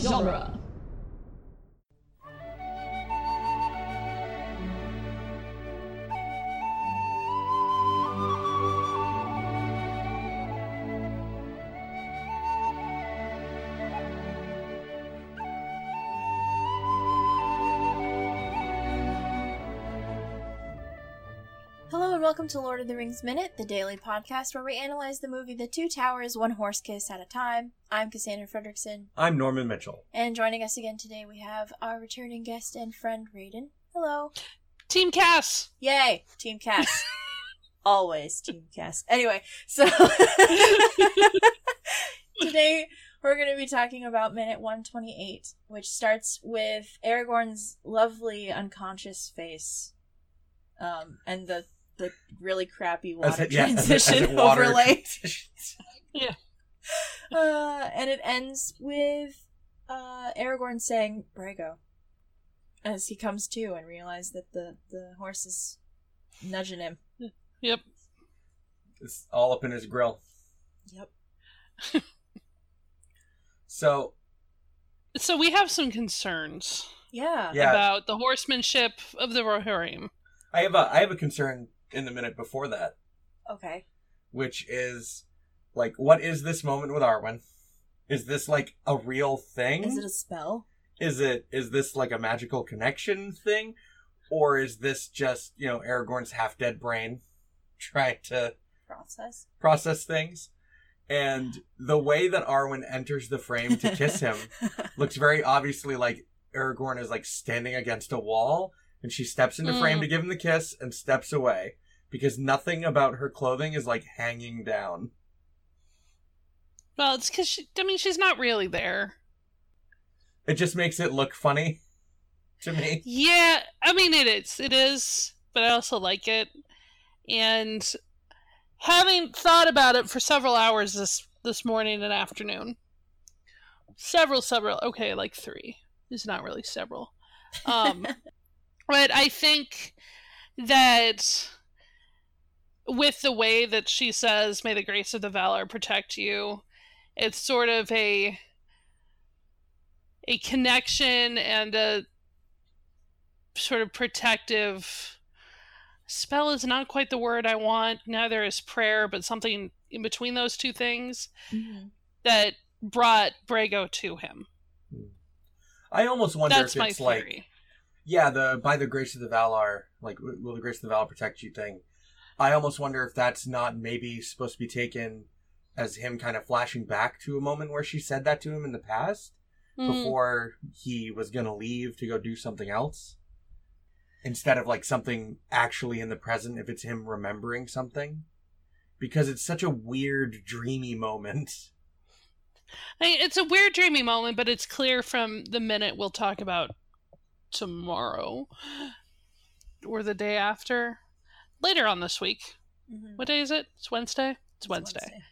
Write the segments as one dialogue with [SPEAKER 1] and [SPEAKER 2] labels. [SPEAKER 1] genre.
[SPEAKER 2] Hello and welcome to Lord of the Rings Minute, the daily podcast where we analyze the movie The Two Towers one horse kiss at a time. I'm Cassandra Fredrickson,
[SPEAKER 3] I'm Norman Mitchell.
[SPEAKER 2] and joining us again today we have our returning guest and friend Raiden. Hello.
[SPEAKER 1] Team Cass!
[SPEAKER 2] Yay! Team Cass. Always Team Cass. Anyway, so today we're going to be talking about minute 128, which starts with Aragorn's lovely unconscious face um, and the the really crappy water
[SPEAKER 3] As it- yeah, as it- as it
[SPEAKER 2] transition
[SPEAKER 3] watered.
[SPEAKER 2] overlay.
[SPEAKER 1] Yeah.
[SPEAKER 2] Uh, and it ends with uh, Aragorn saying "Brago" as he comes to and realizes that the the horse is nudging him.
[SPEAKER 1] Yep.
[SPEAKER 3] It's all up in his grill.
[SPEAKER 2] Yep.
[SPEAKER 3] So
[SPEAKER 1] So we have some concerns
[SPEAKER 2] Yeah.
[SPEAKER 3] Yeah.
[SPEAKER 1] about the horsemanship of the Rohirrim.
[SPEAKER 3] I have a I have a concern in the minute before that,
[SPEAKER 2] Okay.
[SPEAKER 3] which is like, what is this moment with Arwen? Is this like a real
[SPEAKER 1] Mm-hmm.
[SPEAKER 3] thing?
[SPEAKER 2] Is it a spell?
[SPEAKER 3] is it is this like a magical connection thing, or is this just you know Aragorn's half dead brain trying to
[SPEAKER 2] Process.
[SPEAKER 3] process things? And the way that Arwen enters the frame to kiss him looks very obviously like Aragorn is like standing against a wall, and she steps into frame
[SPEAKER 1] Mm.
[SPEAKER 3] to give him the kiss and steps away because nothing about her clothing is like hanging down.
[SPEAKER 1] Well, it's because she, I mean, she's not really there.
[SPEAKER 3] It just makes it look funny to me.
[SPEAKER 1] Yeah, I mean, it is. It is, but I also like it. And having thought about it for several hours this this morning and afternoon, several, several. Okay, like three. It's not really several. Um, but I think that with the way that she says, "May the grace of the valor protect you," it's sort of a a connection and a sort of protective spell is not quite the word I want. Neither is prayer, but something in between those two things
[SPEAKER 2] Mhm.
[SPEAKER 1] that brought Brago to him.
[SPEAKER 3] I almost wonder
[SPEAKER 1] That's
[SPEAKER 3] if
[SPEAKER 1] my
[SPEAKER 3] it's like
[SPEAKER 1] theory.
[SPEAKER 3] yeah, the by the grace of the Valar, like w- will the grace of the Valar protect you thing. I almost wonder if that's not maybe supposed to be taken as him kind of flashing back to a moment where she said that to him in the past.
[SPEAKER 1] Mm.
[SPEAKER 3] before he was going to leave to go do something else instead of like something actually in the present if it's him remembering something because it's such a weird dreamy moment
[SPEAKER 1] I mean, it's a weird dreamy moment, but it's clear from the minute we'll talk about tomorrow or the day after. Later on this week.
[SPEAKER 2] Mhm.
[SPEAKER 1] What day is it? It's Wednesday? It's
[SPEAKER 2] It's
[SPEAKER 1] Wednesday.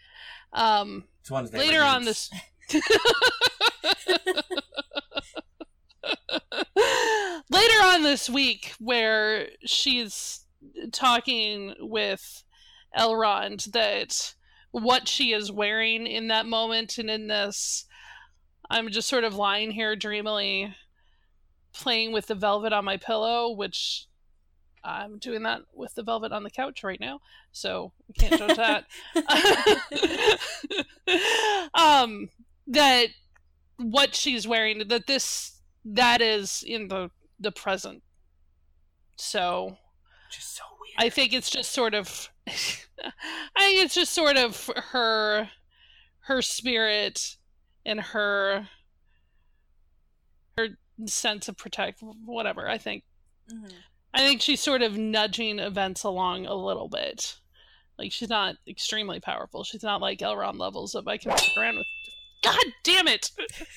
[SPEAKER 1] Um
[SPEAKER 3] it's Wednesday
[SPEAKER 1] later
[SPEAKER 3] right?
[SPEAKER 1] on
[SPEAKER 3] It's-
[SPEAKER 1] this later on this week where she's talking with elrond that what she is wearing in that moment and in this i'm just sort of lying here dreamily playing with the velvet on my pillow which i'm doing that with the velvet on the couch right now so we can't judge that um that what she's wearing that this that is in the the present so
[SPEAKER 3] just so weird
[SPEAKER 1] i think it's just sort of i think it's just sort of her her spirit and her her sense of protect whatever i think
[SPEAKER 2] Mhm.
[SPEAKER 1] I think she's sort of nudging events along a little bit. Like she's not extremely powerful. She's not like Elrond levels of I can fuck around with. God damn it! if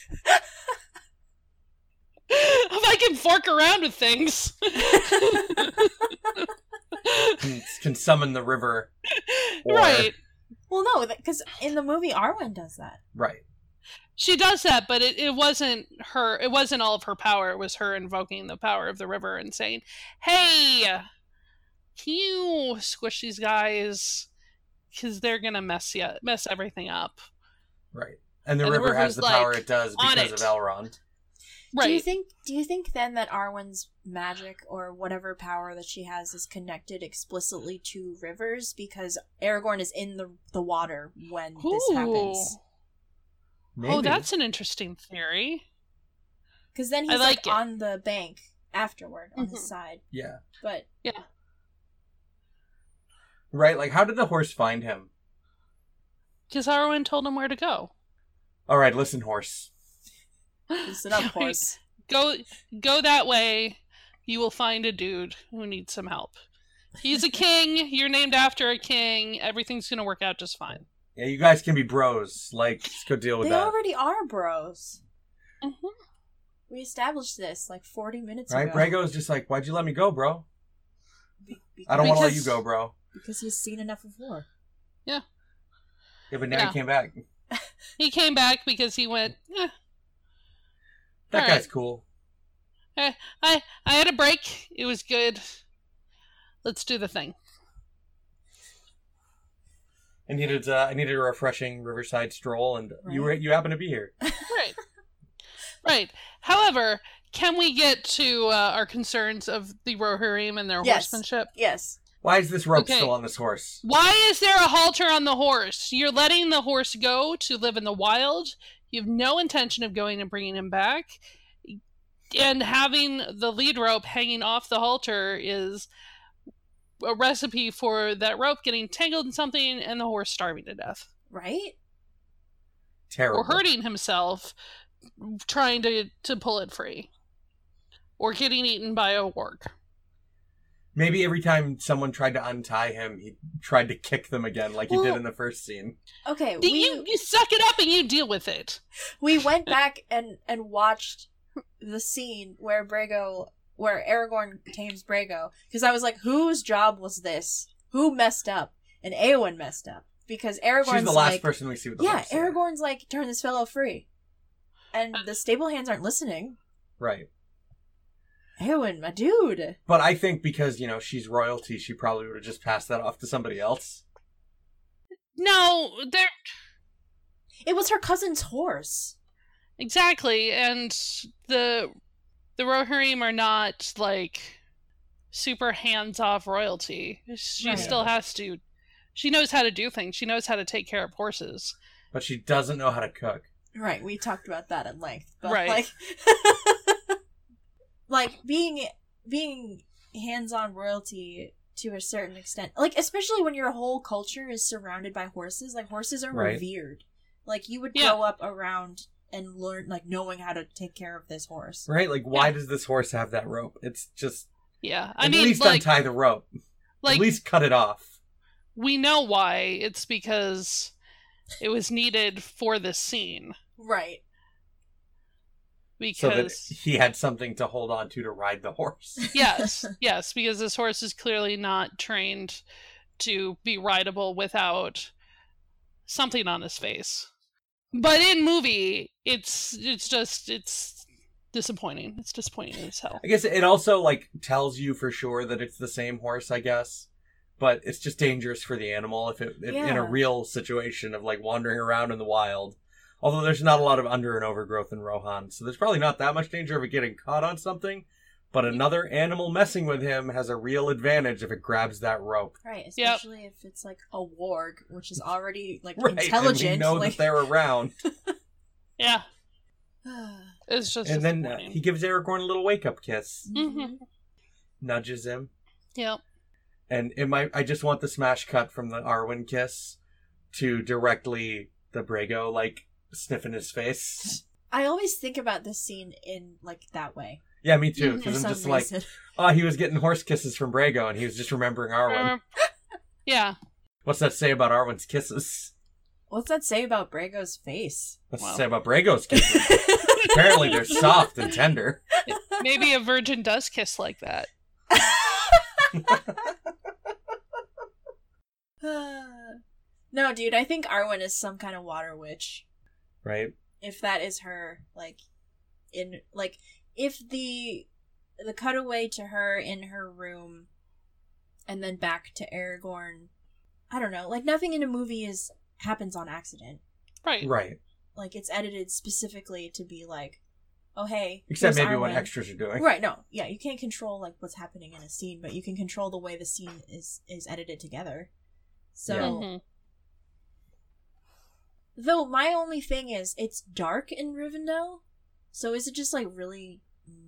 [SPEAKER 1] I can fork around with things,
[SPEAKER 3] can, can summon the river Or-
[SPEAKER 1] right?
[SPEAKER 2] Well, no, because in the movie Arwen does that.
[SPEAKER 3] right
[SPEAKER 1] She does that, but it, it wasn't her. It wasn't all of her power. It was her invoking the power of the river and saying, "Hey, can you squish these guys? Because they're gonna mess you mess everything up."
[SPEAKER 3] right And the
[SPEAKER 1] And the
[SPEAKER 3] river
[SPEAKER 1] river's,
[SPEAKER 3] has the
[SPEAKER 1] like,
[SPEAKER 3] power it does
[SPEAKER 1] on
[SPEAKER 3] because
[SPEAKER 1] it. Oh,
[SPEAKER 3] of Elrond.
[SPEAKER 2] Do you
[SPEAKER 1] Right.
[SPEAKER 2] think do you think then that Arwen's magic or whatever power that she has is connected explicitly to rivers because Aragorn is in the the water when this happens?
[SPEAKER 1] Oh, that's an interesting theory.
[SPEAKER 2] Because then
[SPEAKER 1] I
[SPEAKER 2] he's
[SPEAKER 1] like
[SPEAKER 2] like,
[SPEAKER 1] it.
[SPEAKER 2] on the bank afterward on
[SPEAKER 1] Mhm.
[SPEAKER 2] his side.
[SPEAKER 3] yeah.
[SPEAKER 2] But
[SPEAKER 3] Right? Like, how did the horse find him?
[SPEAKER 1] Because Arwen told him where to go.
[SPEAKER 3] All right, listen, horse.
[SPEAKER 2] listen up,
[SPEAKER 1] Right.
[SPEAKER 2] horse.
[SPEAKER 1] Go go that way. You will find a dude who needs some help. He's a king. You're named after a king. Everything's gonna work out just fine.
[SPEAKER 3] Yeah, you guys can be bros. Like, just go deal with
[SPEAKER 2] They
[SPEAKER 3] that.
[SPEAKER 2] already are bros.
[SPEAKER 1] Mhm.
[SPEAKER 2] Mm-hmm. We established this like forty minutes
[SPEAKER 3] right?
[SPEAKER 2] ago.
[SPEAKER 3] Brago's just like, why'd you let me go, bro?
[SPEAKER 2] Be- because,
[SPEAKER 3] I don't want to let you
[SPEAKER 1] Because-
[SPEAKER 3] go, bro.
[SPEAKER 2] because he's seen enough of war.
[SPEAKER 3] Yeah, but now
[SPEAKER 1] Yeah.
[SPEAKER 3] he came back.
[SPEAKER 1] He came back because he went. "Eh,
[SPEAKER 3] That
[SPEAKER 1] All
[SPEAKER 3] guy's
[SPEAKER 1] right.
[SPEAKER 3] cool.
[SPEAKER 1] I I had a break. It was good. Let's do the thing.
[SPEAKER 3] I needed uh, I needed a refreshing riverside stroll, and you were
[SPEAKER 2] Right.
[SPEAKER 3] you happen to be here.
[SPEAKER 1] Right. right. However, can we get to uh, our concerns of the Rohirrim and their
[SPEAKER 2] Yes.
[SPEAKER 1] horsemanship?
[SPEAKER 2] Yes.
[SPEAKER 3] Why is this rope
[SPEAKER 1] Okay.
[SPEAKER 3] still on this horse?
[SPEAKER 1] Why is there a halter on the horse? You're letting the horse go to live in the wild. You have no intention of going and bringing him back. And having the lead rope hanging off the halter is a recipe for that rope getting tangled in something and the horse starving to death
[SPEAKER 2] Right?
[SPEAKER 3] Terrible.
[SPEAKER 1] or hurting himself trying to, to pull it free or getting eaten by a warg.
[SPEAKER 3] Maybe every time someone tried to untie him, he tried to kick them again, like he did
[SPEAKER 1] Well-
[SPEAKER 3] in the first scene.
[SPEAKER 2] Okay.
[SPEAKER 1] Do
[SPEAKER 2] we-
[SPEAKER 1] you, you suck it up and you deal with it.
[SPEAKER 2] we went back and and watched the scene where Brago where Aragorn tames Brago because I was like, whose job was this? Who messed up? And Eowyn messed up because Aragorn's
[SPEAKER 3] She's the last
[SPEAKER 2] like,
[SPEAKER 3] person we see with the
[SPEAKER 2] yeah,
[SPEAKER 3] horse. there.
[SPEAKER 2] Aragorn's like, turn this fellow free, and the stable hands aren't listening.
[SPEAKER 3] Right.
[SPEAKER 2] Eowyn, my dude,
[SPEAKER 3] But I think because, you know, she's royalty, she probably would have just passed that off to somebody else.
[SPEAKER 1] No, there
[SPEAKER 2] it was her cousin's horse.
[SPEAKER 1] Exactly, and the the Rohirrim are not like super hands off royalty. She
[SPEAKER 2] Right.
[SPEAKER 1] still has to. She knows how to do things. She knows how to take care of horses.
[SPEAKER 3] But she doesn't know how to cook.
[SPEAKER 2] Right, we talked about that at length, but
[SPEAKER 1] Right.
[SPEAKER 2] like, like being being hands-on royalty to a certain extent, like especially when your whole culture is surrounded by horses. Like horses are
[SPEAKER 3] Right.
[SPEAKER 2] revered. Like you would
[SPEAKER 1] Yeah.
[SPEAKER 2] grow up around and learn, like knowing how to take care of this horse.
[SPEAKER 3] Right? Like, why
[SPEAKER 1] Yeah.
[SPEAKER 3] does this horse have that rope? It's just.
[SPEAKER 1] Yeah, I
[SPEAKER 3] at
[SPEAKER 1] mean,
[SPEAKER 3] least
[SPEAKER 1] like,
[SPEAKER 3] untie the rope.
[SPEAKER 1] like
[SPEAKER 3] at least cut it off.
[SPEAKER 1] we know why. It's because it was needed for this scene.
[SPEAKER 2] Right.
[SPEAKER 3] So that
[SPEAKER 1] Because
[SPEAKER 3] he had something to hold on to to ride the horse.
[SPEAKER 1] yes, yes, because this horse is clearly not trained to be rideable without something on his face. But in movie, it's it's just it's disappointing. It's disappointing as hell.
[SPEAKER 3] I guess it also, like, tells you for sure that it's the same horse, I guess. But it's just dangerous for the animal if it if, in a
[SPEAKER 2] Yeah.
[SPEAKER 3] real situation of like wandering around in the wild. Although there's not a lot of under and overgrowth in Rohan, so there's probably not that much danger of it getting caught on something. But another animal messing with him has a real advantage if it grabs that rope.
[SPEAKER 2] Right.
[SPEAKER 1] Yep.
[SPEAKER 2] Especially if it's like a warg, which is already like
[SPEAKER 3] Right, and we
[SPEAKER 2] intelligent.
[SPEAKER 3] know
[SPEAKER 2] like,
[SPEAKER 3] that they're around.
[SPEAKER 1] Yeah, it's just
[SPEAKER 3] and then uh,
[SPEAKER 1] disappointing.
[SPEAKER 3] he gives Aragorn a little wake up kiss,
[SPEAKER 1] Mhm.
[SPEAKER 3] nudges him,
[SPEAKER 1] yeah,
[SPEAKER 3] and it might. I just want the smash cut from the Arwen kiss to directly the Brago like sniffing his face.
[SPEAKER 2] I always think about this scene in like that way.
[SPEAKER 3] Yeah, me too.
[SPEAKER 2] for
[SPEAKER 3] Because I'm
[SPEAKER 2] some
[SPEAKER 3] just like,
[SPEAKER 2] reason.
[SPEAKER 3] oh, he was getting horse kisses from Brago, and he was just remembering
[SPEAKER 2] Mm.
[SPEAKER 3] Arwen.
[SPEAKER 1] yeah.
[SPEAKER 3] What's that say about Arwen's kisses?
[SPEAKER 2] What's that say about Brago's face?
[SPEAKER 3] What's
[SPEAKER 1] Wow.
[SPEAKER 3] it say about Brago's kisses? Apparently, they're soft and tender.
[SPEAKER 1] Maybe a virgin does kiss like that.
[SPEAKER 2] no, dude, I think Arwen is some kind of water witch.
[SPEAKER 3] Right?
[SPEAKER 2] If that is her, like, in like, if the the cutaway to her in her room, and then back to Aragorn, I don't know. Like, nothing in a movie is happens on accident.
[SPEAKER 1] Right.
[SPEAKER 3] Right.
[SPEAKER 2] like it's edited specifically to be like, oh hey,
[SPEAKER 3] Except
[SPEAKER 2] here's
[SPEAKER 3] maybe what
[SPEAKER 2] Arwen.
[SPEAKER 3] extras are doing.
[SPEAKER 2] Right, no. Yeah, you can't control like what's happening in a scene, but you can control the way the scene is is edited together. So
[SPEAKER 1] Mhm.
[SPEAKER 2] though my only thing is it's dark in Rivendell. So is it just like really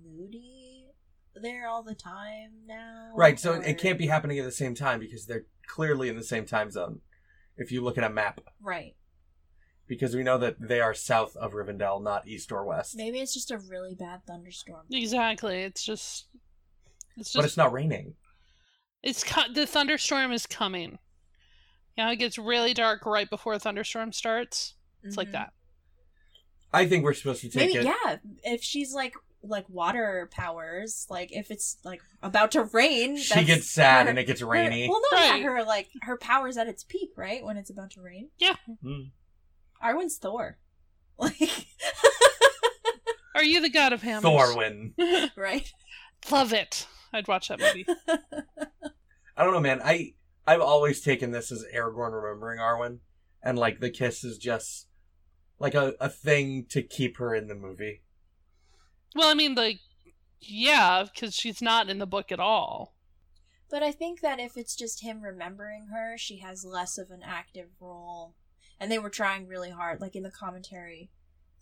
[SPEAKER 2] moody there all the time now?
[SPEAKER 3] Right, so
[SPEAKER 2] Or-
[SPEAKER 3] it can't be happening at the same time because they're clearly in the same time zone. If you look at a map,
[SPEAKER 2] Right.
[SPEAKER 3] because we know that they are south of Rivendell, not east or west.
[SPEAKER 2] Maybe it's just a really bad thunderstorm.
[SPEAKER 1] Exactly. It's just. It's
[SPEAKER 3] But
[SPEAKER 1] just.
[SPEAKER 3] it's not raining.
[SPEAKER 1] It's, co- the thunderstorm is coming. You know, it gets really dark right before a thunderstorm starts. It's like
[SPEAKER 2] Mhm.
[SPEAKER 1] that.
[SPEAKER 3] I think we're supposed to take
[SPEAKER 2] Maybe
[SPEAKER 3] it.
[SPEAKER 2] yeah. If she's like like water powers, like if it's like about to rain,
[SPEAKER 3] She
[SPEAKER 2] that's
[SPEAKER 3] gets sad
[SPEAKER 2] her-
[SPEAKER 3] and it gets
[SPEAKER 2] her-
[SPEAKER 3] rainy.
[SPEAKER 2] well, no,
[SPEAKER 1] Right.
[SPEAKER 2] yeah, her like her powers at its peak, right when it's about to rain.
[SPEAKER 3] Mm.
[SPEAKER 2] Arwen's Thor, like
[SPEAKER 1] Are you the god of hammers?
[SPEAKER 3] Thorwin.
[SPEAKER 2] right.
[SPEAKER 1] Love it. I'd watch that movie.
[SPEAKER 3] I don't know, man. I I've always taken this as Aragorn remembering Arwen, and like the kiss is just like a, a thing to keep her in the movie.
[SPEAKER 1] well, I mean, like, yeah, because she's not in the book at all.
[SPEAKER 2] But I think that if it's just him remembering her, she has less of an active role. And they were trying really hard, like in the commentary.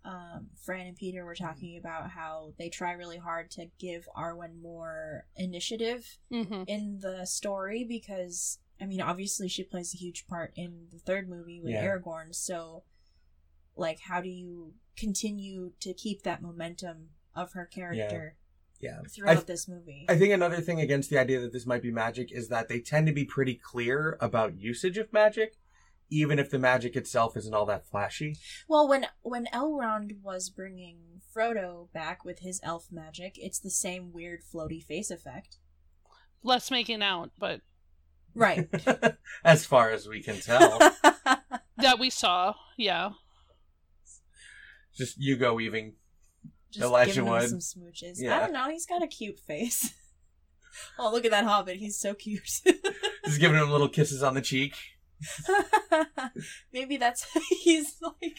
[SPEAKER 2] Um, Fran and Peter were talking about how they try really hard to give Arwen more initiative
[SPEAKER 1] hmm
[SPEAKER 2] in the story because, I mean, obviously she plays a huge part in the third movie with
[SPEAKER 3] Yeah.
[SPEAKER 2] Aragorn. So, like, how do you continue to keep that momentum of her character
[SPEAKER 3] Yeah.
[SPEAKER 2] throughout
[SPEAKER 3] I-
[SPEAKER 2] this movie?
[SPEAKER 3] I think another thing against the idea that this might be magic is that they tend to be pretty clear about usage of magic, even if the magic itself isn't all that flashy.
[SPEAKER 2] Well, when when Elrond was bringing Frodo back with his elf magic, it's the same weird floaty face effect.
[SPEAKER 1] Less making out, but
[SPEAKER 2] Right.
[SPEAKER 3] as far as we can tell.
[SPEAKER 1] that we saw, yeah.
[SPEAKER 3] Just Hugo weaving.
[SPEAKER 2] Just
[SPEAKER 3] Elijah
[SPEAKER 2] giving
[SPEAKER 3] Wood.
[SPEAKER 2] him some smooches.
[SPEAKER 3] Yeah.
[SPEAKER 2] I don't know. He's got a cute face. oh, look at that hobbit. He's so cute.
[SPEAKER 3] Just giving him little kisses on the cheek.
[SPEAKER 2] Maybe that's he's like.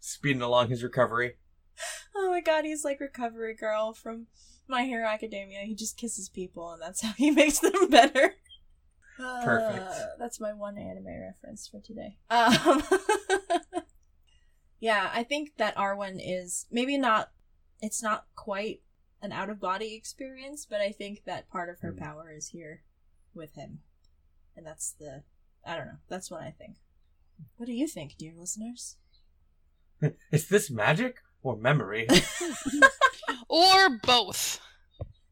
[SPEAKER 3] Speeding along his recovery.
[SPEAKER 2] Oh my god, he's like recovery girl from My Hero Academia. He just kisses people, and that's how he makes them better.
[SPEAKER 3] Perfect.
[SPEAKER 2] Uh, that's my one anime reference for today. Um, yeah, I think that Arwen is maybe not. It's not quite an out of body experience, but I think that part of her
[SPEAKER 3] Mm.
[SPEAKER 2] power is here with him, and that's the. I don't know. That's what I think. What do you think, dear listeners?
[SPEAKER 3] Is this magic or memory?
[SPEAKER 1] Or both.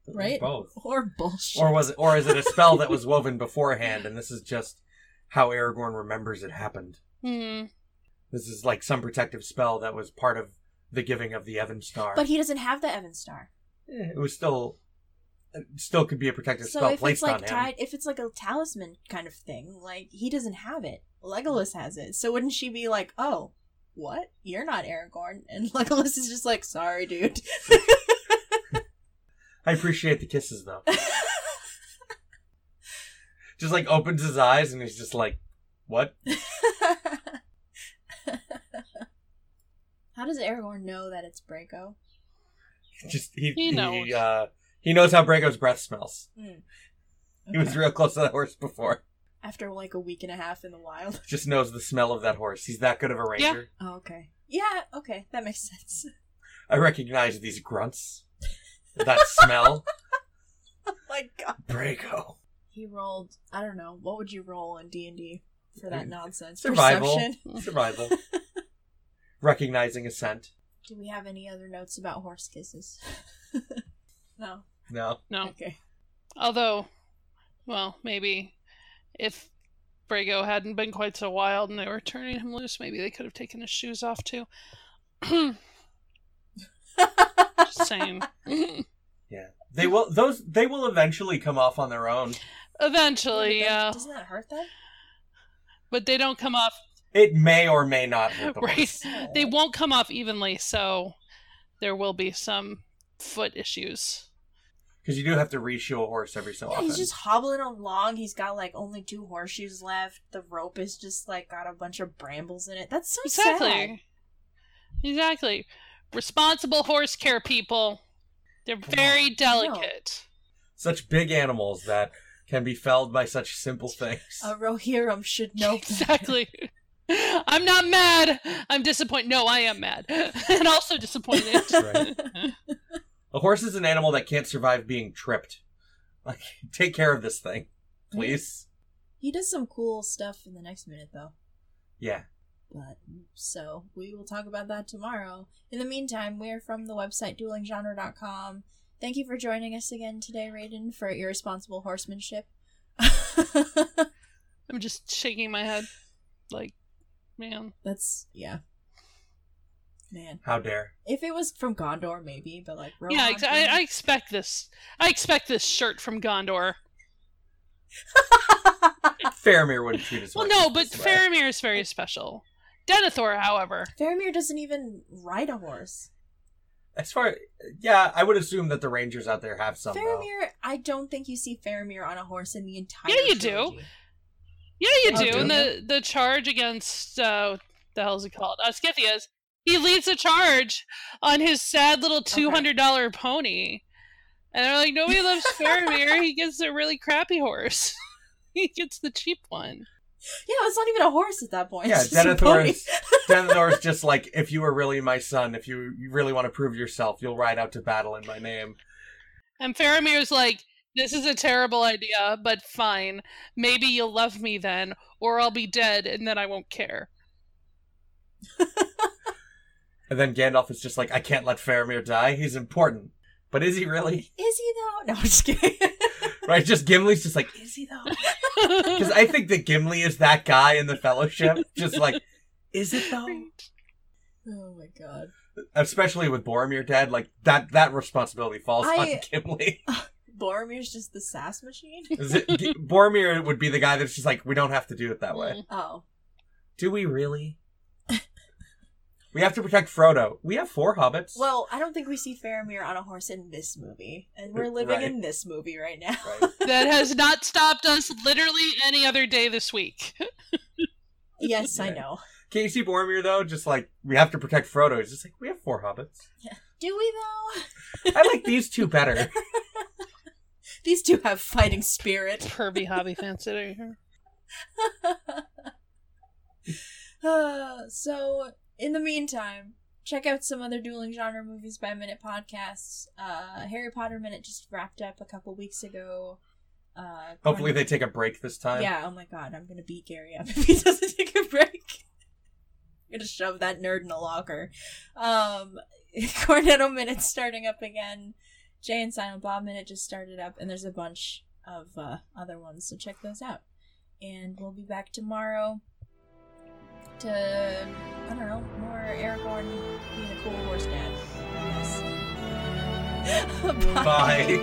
[SPEAKER 2] Right?
[SPEAKER 3] Both.
[SPEAKER 2] Or bullshit.
[SPEAKER 3] Or was it, or is it a spell that was woven beforehand and this is just how Aragorn remembers it happened?
[SPEAKER 1] Hmm.
[SPEAKER 3] This is like some protective spell that was part of the giving of the Evan Star.
[SPEAKER 2] But he doesn't have the Evan Star.
[SPEAKER 3] Eh, it was still it still could be a protective
[SPEAKER 2] So
[SPEAKER 3] spell
[SPEAKER 2] if it's
[SPEAKER 3] placed
[SPEAKER 2] like
[SPEAKER 3] on him.
[SPEAKER 2] tied, if it's like a talisman kind of thing, like he doesn't have it. Legolas has it. So wouldn't she be like, "Oh, what? You're not Aragorn?" And Legolas is just like, "Sorry, dude."
[SPEAKER 3] I appreciate the kisses though. Just like opens his eyes and he's just like, "What?"
[SPEAKER 2] How does Aragorn know that it's Braco?
[SPEAKER 3] Just he
[SPEAKER 1] He
[SPEAKER 3] he,
[SPEAKER 1] knows.
[SPEAKER 3] uh, he knows how Brago's breath smells. He was
[SPEAKER 2] Okay.
[SPEAKER 3] real close to that horse before.
[SPEAKER 2] after like a week and a half in the wild.
[SPEAKER 3] Just knows the smell of that horse. He's that good of a ranger.
[SPEAKER 2] Oh, okay. Yeah. Okay, that makes sense.
[SPEAKER 3] I recognize these grunts. That smell.
[SPEAKER 2] oh my God.
[SPEAKER 3] Brago.
[SPEAKER 2] He rolled. I don't know. What would you roll in D and D for that nonsense?
[SPEAKER 3] Survival.
[SPEAKER 2] Perception.
[SPEAKER 3] Survival. Recognizing a scent.
[SPEAKER 2] Do we have any other notes about horse kisses? Um, no.
[SPEAKER 3] No.
[SPEAKER 1] No.
[SPEAKER 2] Okay.
[SPEAKER 1] Although, well, maybe if Brago hadn't been quite so wild and they were turning him loose, maybe they could have taken his shoes off too. Just saying.
[SPEAKER 3] Yeah. They will those they will eventually come off on their own.
[SPEAKER 1] Eventually, yeah.
[SPEAKER 2] Doesn't that hurt them?
[SPEAKER 1] But they don't come off
[SPEAKER 3] It may or may not hit the
[SPEAKER 1] right.
[SPEAKER 3] horse.
[SPEAKER 1] They won't come off evenly, so there will be some foot issues.
[SPEAKER 3] Because you do have to reshoe a horse every so
[SPEAKER 2] Yeah,
[SPEAKER 3] often.
[SPEAKER 2] he's just hobbling along. He's got like only two horseshoes left. The rope is just like got a bunch of brambles in it. That's so
[SPEAKER 1] Exactly.
[SPEAKER 2] sad.
[SPEAKER 1] Exactly. Responsible horse care people. They're very delicate.
[SPEAKER 3] Such big animals that can be felled by such simple things.
[SPEAKER 1] Uh,
[SPEAKER 2] A Rohirrim should know. better.
[SPEAKER 1] Exactly. I'm not mad. I'm disappointed. No, I am mad. and also disappointed.
[SPEAKER 3] Right. A horse is an animal that can't survive being tripped. Like, take care of this thing, please.
[SPEAKER 2] He does some cool stuff in the next minute though.
[SPEAKER 3] Yeah.
[SPEAKER 2] But so we will talk about that tomorrow. In the meantime, we are from the website duelinggenre.com. Thank you for joining us again today, Raiden, for irresponsible horsemanship.
[SPEAKER 1] I'm just shaking my head. Like, man.
[SPEAKER 2] That's yeah. Man.
[SPEAKER 3] How dare.
[SPEAKER 2] If it was from Gondor maybe, but like
[SPEAKER 1] yeah,
[SPEAKER 2] Rohan-
[SPEAKER 1] ex- I, I expect this. I expect this shirt from Gondor.
[SPEAKER 3] Faramir wouldn't treat his
[SPEAKER 1] Well,
[SPEAKER 3] horses
[SPEAKER 1] no, but
[SPEAKER 3] this way.
[SPEAKER 1] Faramir is very special. Denethor, however,
[SPEAKER 2] Faramir doesn't even ride a horse.
[SPEAKER 3] As far. Yeah, I would assume that the rangers out there have some. though.
[SPEAKER 2] Faramir, I don't think you see Faramir on a horse in the entire
[SPEAKER 1] Yeah, you do.
[SPEAKER 2] trilogy.
[SPEAKER 1] yeah, you
[SPEAKER 2] Oh,
[SPEAKER 1] do.
[SPEAKER 2] do
[SPEAKER 1] And the the charge against uh, the hell's it called? Uh, Scythias. He leads a charge on his sad little two hundred dollar pony, and they're like, nobody loves Faramir. he gets a really crappy horse. he gets the cheap one.
[SPEAKER 2] Yeah, it's not even a horse at that point.
[SPEAKER 3] Yeah,
[SPEAKER 2] It's just a
[SPEAKER 3] Denethor
[SPEAKER 2] pony.
[SPEAKER 3] is, Denethor is just like, if you were really my son, if you, you really want to prove yourself, you'll ride out to battle in my name.
[SPEAKER 1] And Faramir's like, this is a terrible idea, but fine. Maybe you'll love me then, or I'll be dead, and then I won't care.
[SPEAKER 3] And then Gandalf is just like, I can't let Faramir die. He's important. But is he really?
[SPEAKER 2] Is he though? No, I'm just kidding.
[SPEAKER 3] Right? Just Gimli's just like, is he though? Because I think that Gimli is that guy in the Fellowship. Just like, is it though?
[SPEAKER 2] oh my god.
[SPEAKER 3] Especially with Boromir dead, like that that responsibility falls on
[SPEAKER 2] I-
[SPEAKER 3] Gimli.
[SPEAKER 2] Boromir's just the sass machine?
[SPEAKER 3] Is it, G- Boromir would be the guy that's just like, we don't have to do it that way.
[SPEAKER 2] Oh.
[SPEAKER 3] Do we really? we have to protect Frodo. We have four hobbits.
[SPEAKER 2] Well, I don't think we see Faramir on a horse in this movie. And we're living
[SPEAKER 3] Right.
[SPEAKER 2] in this movie right now.
[SPEAKER 3] right.
[SPEAKER 1] that has not stopped us literally any other day this week.
[SPEAKER 2] yes, I
[SPEAKER 3] Yeah.
[SPEAKER 2] know.
[SPEAKER 3] Can you see Boromir though? Just like we have to protect Frodo. He's just like we have four hobbits.
[SPEAKER 2] Do we though?
[SPEAKER 3] I like these two better.
[SPEAKER 2] These two have fighting spirit.
[SPEAKER 1] Pervy hobby fans that are here.
[SPEAKER 2] Uh, so, in the meantime, check out some other dueling genre movies by minute podcasts. Uh, Harry Potter Minute just wrapped up a couple weeks ago. Uh,
[SPEAKER 3] Hopefully they take a break this time.
[SPEAKER 2] Yeah, oh my god, I'm gonna beat Gary up if he doesn't take a break. I'm gonna shove that nerd in a locker. Um Cornetto Minute starting up again. Jay and Silent Bob Minute just started up, and there's a bunch of uh, other ones, so check those out. And we'll be back tomorrow to I don't know, more Aragorn being a cool horse dad. Yes.
[SPEAKER 3] Bye.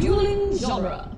[SPEAKER 4] Dueling genre.